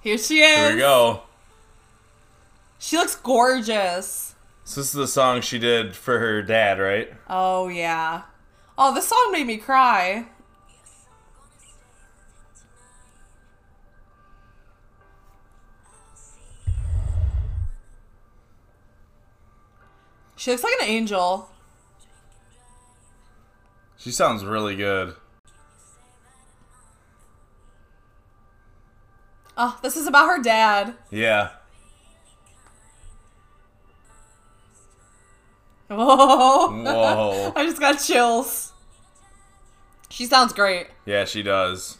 Here she is. Here we go. She looks gorgeous. So this is the song she did for her dad, right? Oh yeah. Oh, this song made me cry. She looks like an angel. She sounds really good. Oh, this is about her dad. Yeah. Whoa. Whoa. I just got chills. She sounds great. Yeah, she does.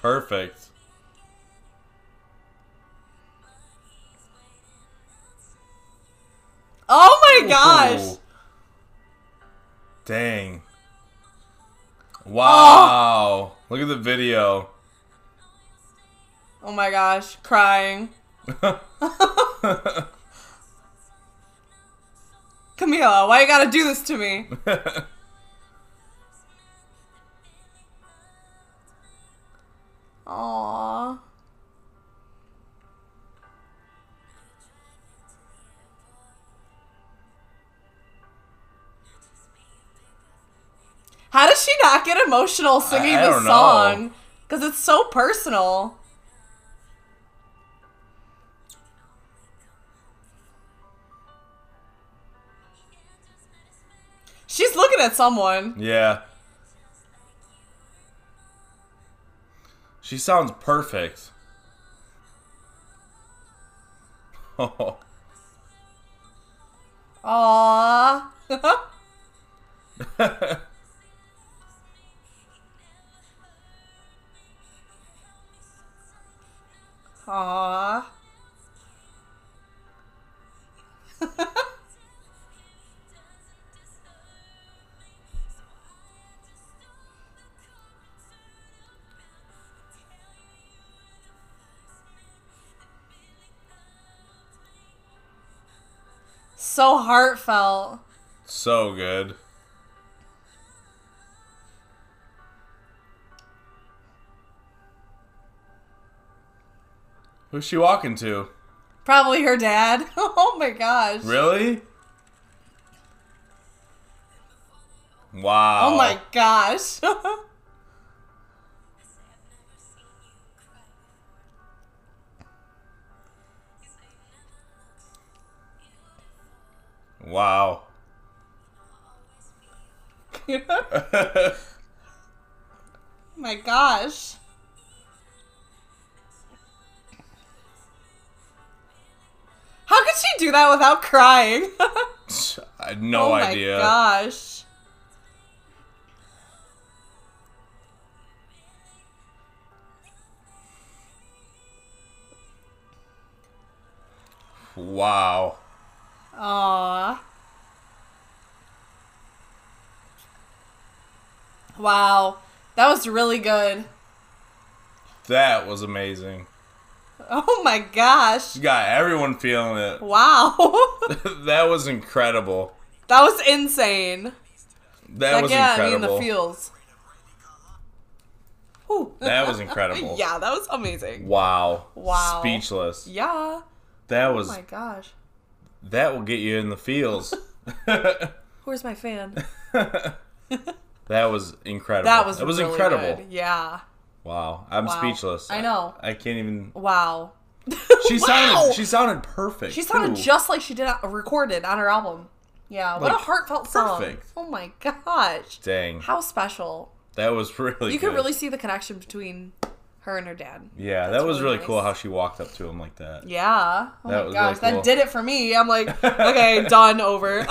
Perfect. Oh my gosh. Ooh. Dang. Wow. Look at the video. Oh my gosh. Crying. Camila, why you gotta do this to me? Aww. How does she not get emotional singing I this don't know. song? Because it's so personal. She's looking at someone. yeah. She sounds perfect. Oh. Aww. Aww. So heartfelt. So good. Who's she walking to? Probably her dad. Oh my gosh. Really? Wow. Oh my gosh. Oh Wow. my gosh. How could she do that without crying? I had no oh my idea. gosh. Wow. Aww. Wow. That was really good. That was amazing. Oh my gosh. You got everyone feeling it. Wow. that was incredible. that was insane. That Like, was yeah, I incredible. mean, the feels. Whew. That was incredible. yeah, that was amazing. Wow. Wow. Speechless. Yeah. That Oh was my gosh. that will get you in the feels. Where's my fan? That was incredible. That was That was really incredible. good. Yeah. Wow. I'm Wow. speechless. I know. I, I can't even Wow. She Wow. sounded she sounded perfect. She sounded too. just like she did on- recorded on her album. Yeah, what Like, a heartfelt song. perfect. Oh my gosh. Dang. How special. That was really You good. could really see the connection between her and her dad. Yeah, that That's was really really cool nice. how she walked up to him like that. Yeah. Oh my That was gosh. really cool. That did it for me. I'm like, okay, done, over.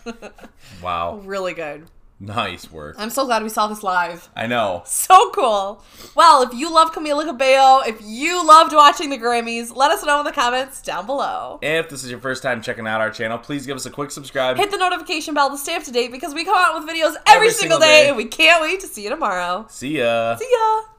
Wow. really good. Nice work. I'm so glad we saw this live. I know. So cool. Well, if you love Camila Cabello, if you loved watching the Grammys, let us know in the comments down below. If this is your first time checking out our channel, please give us a quick subscribe. Hit the notification bell to stay up to date because we come out with videos every, Every single single day, day. and we can't wait to see you tomorrow. See ya. See ya.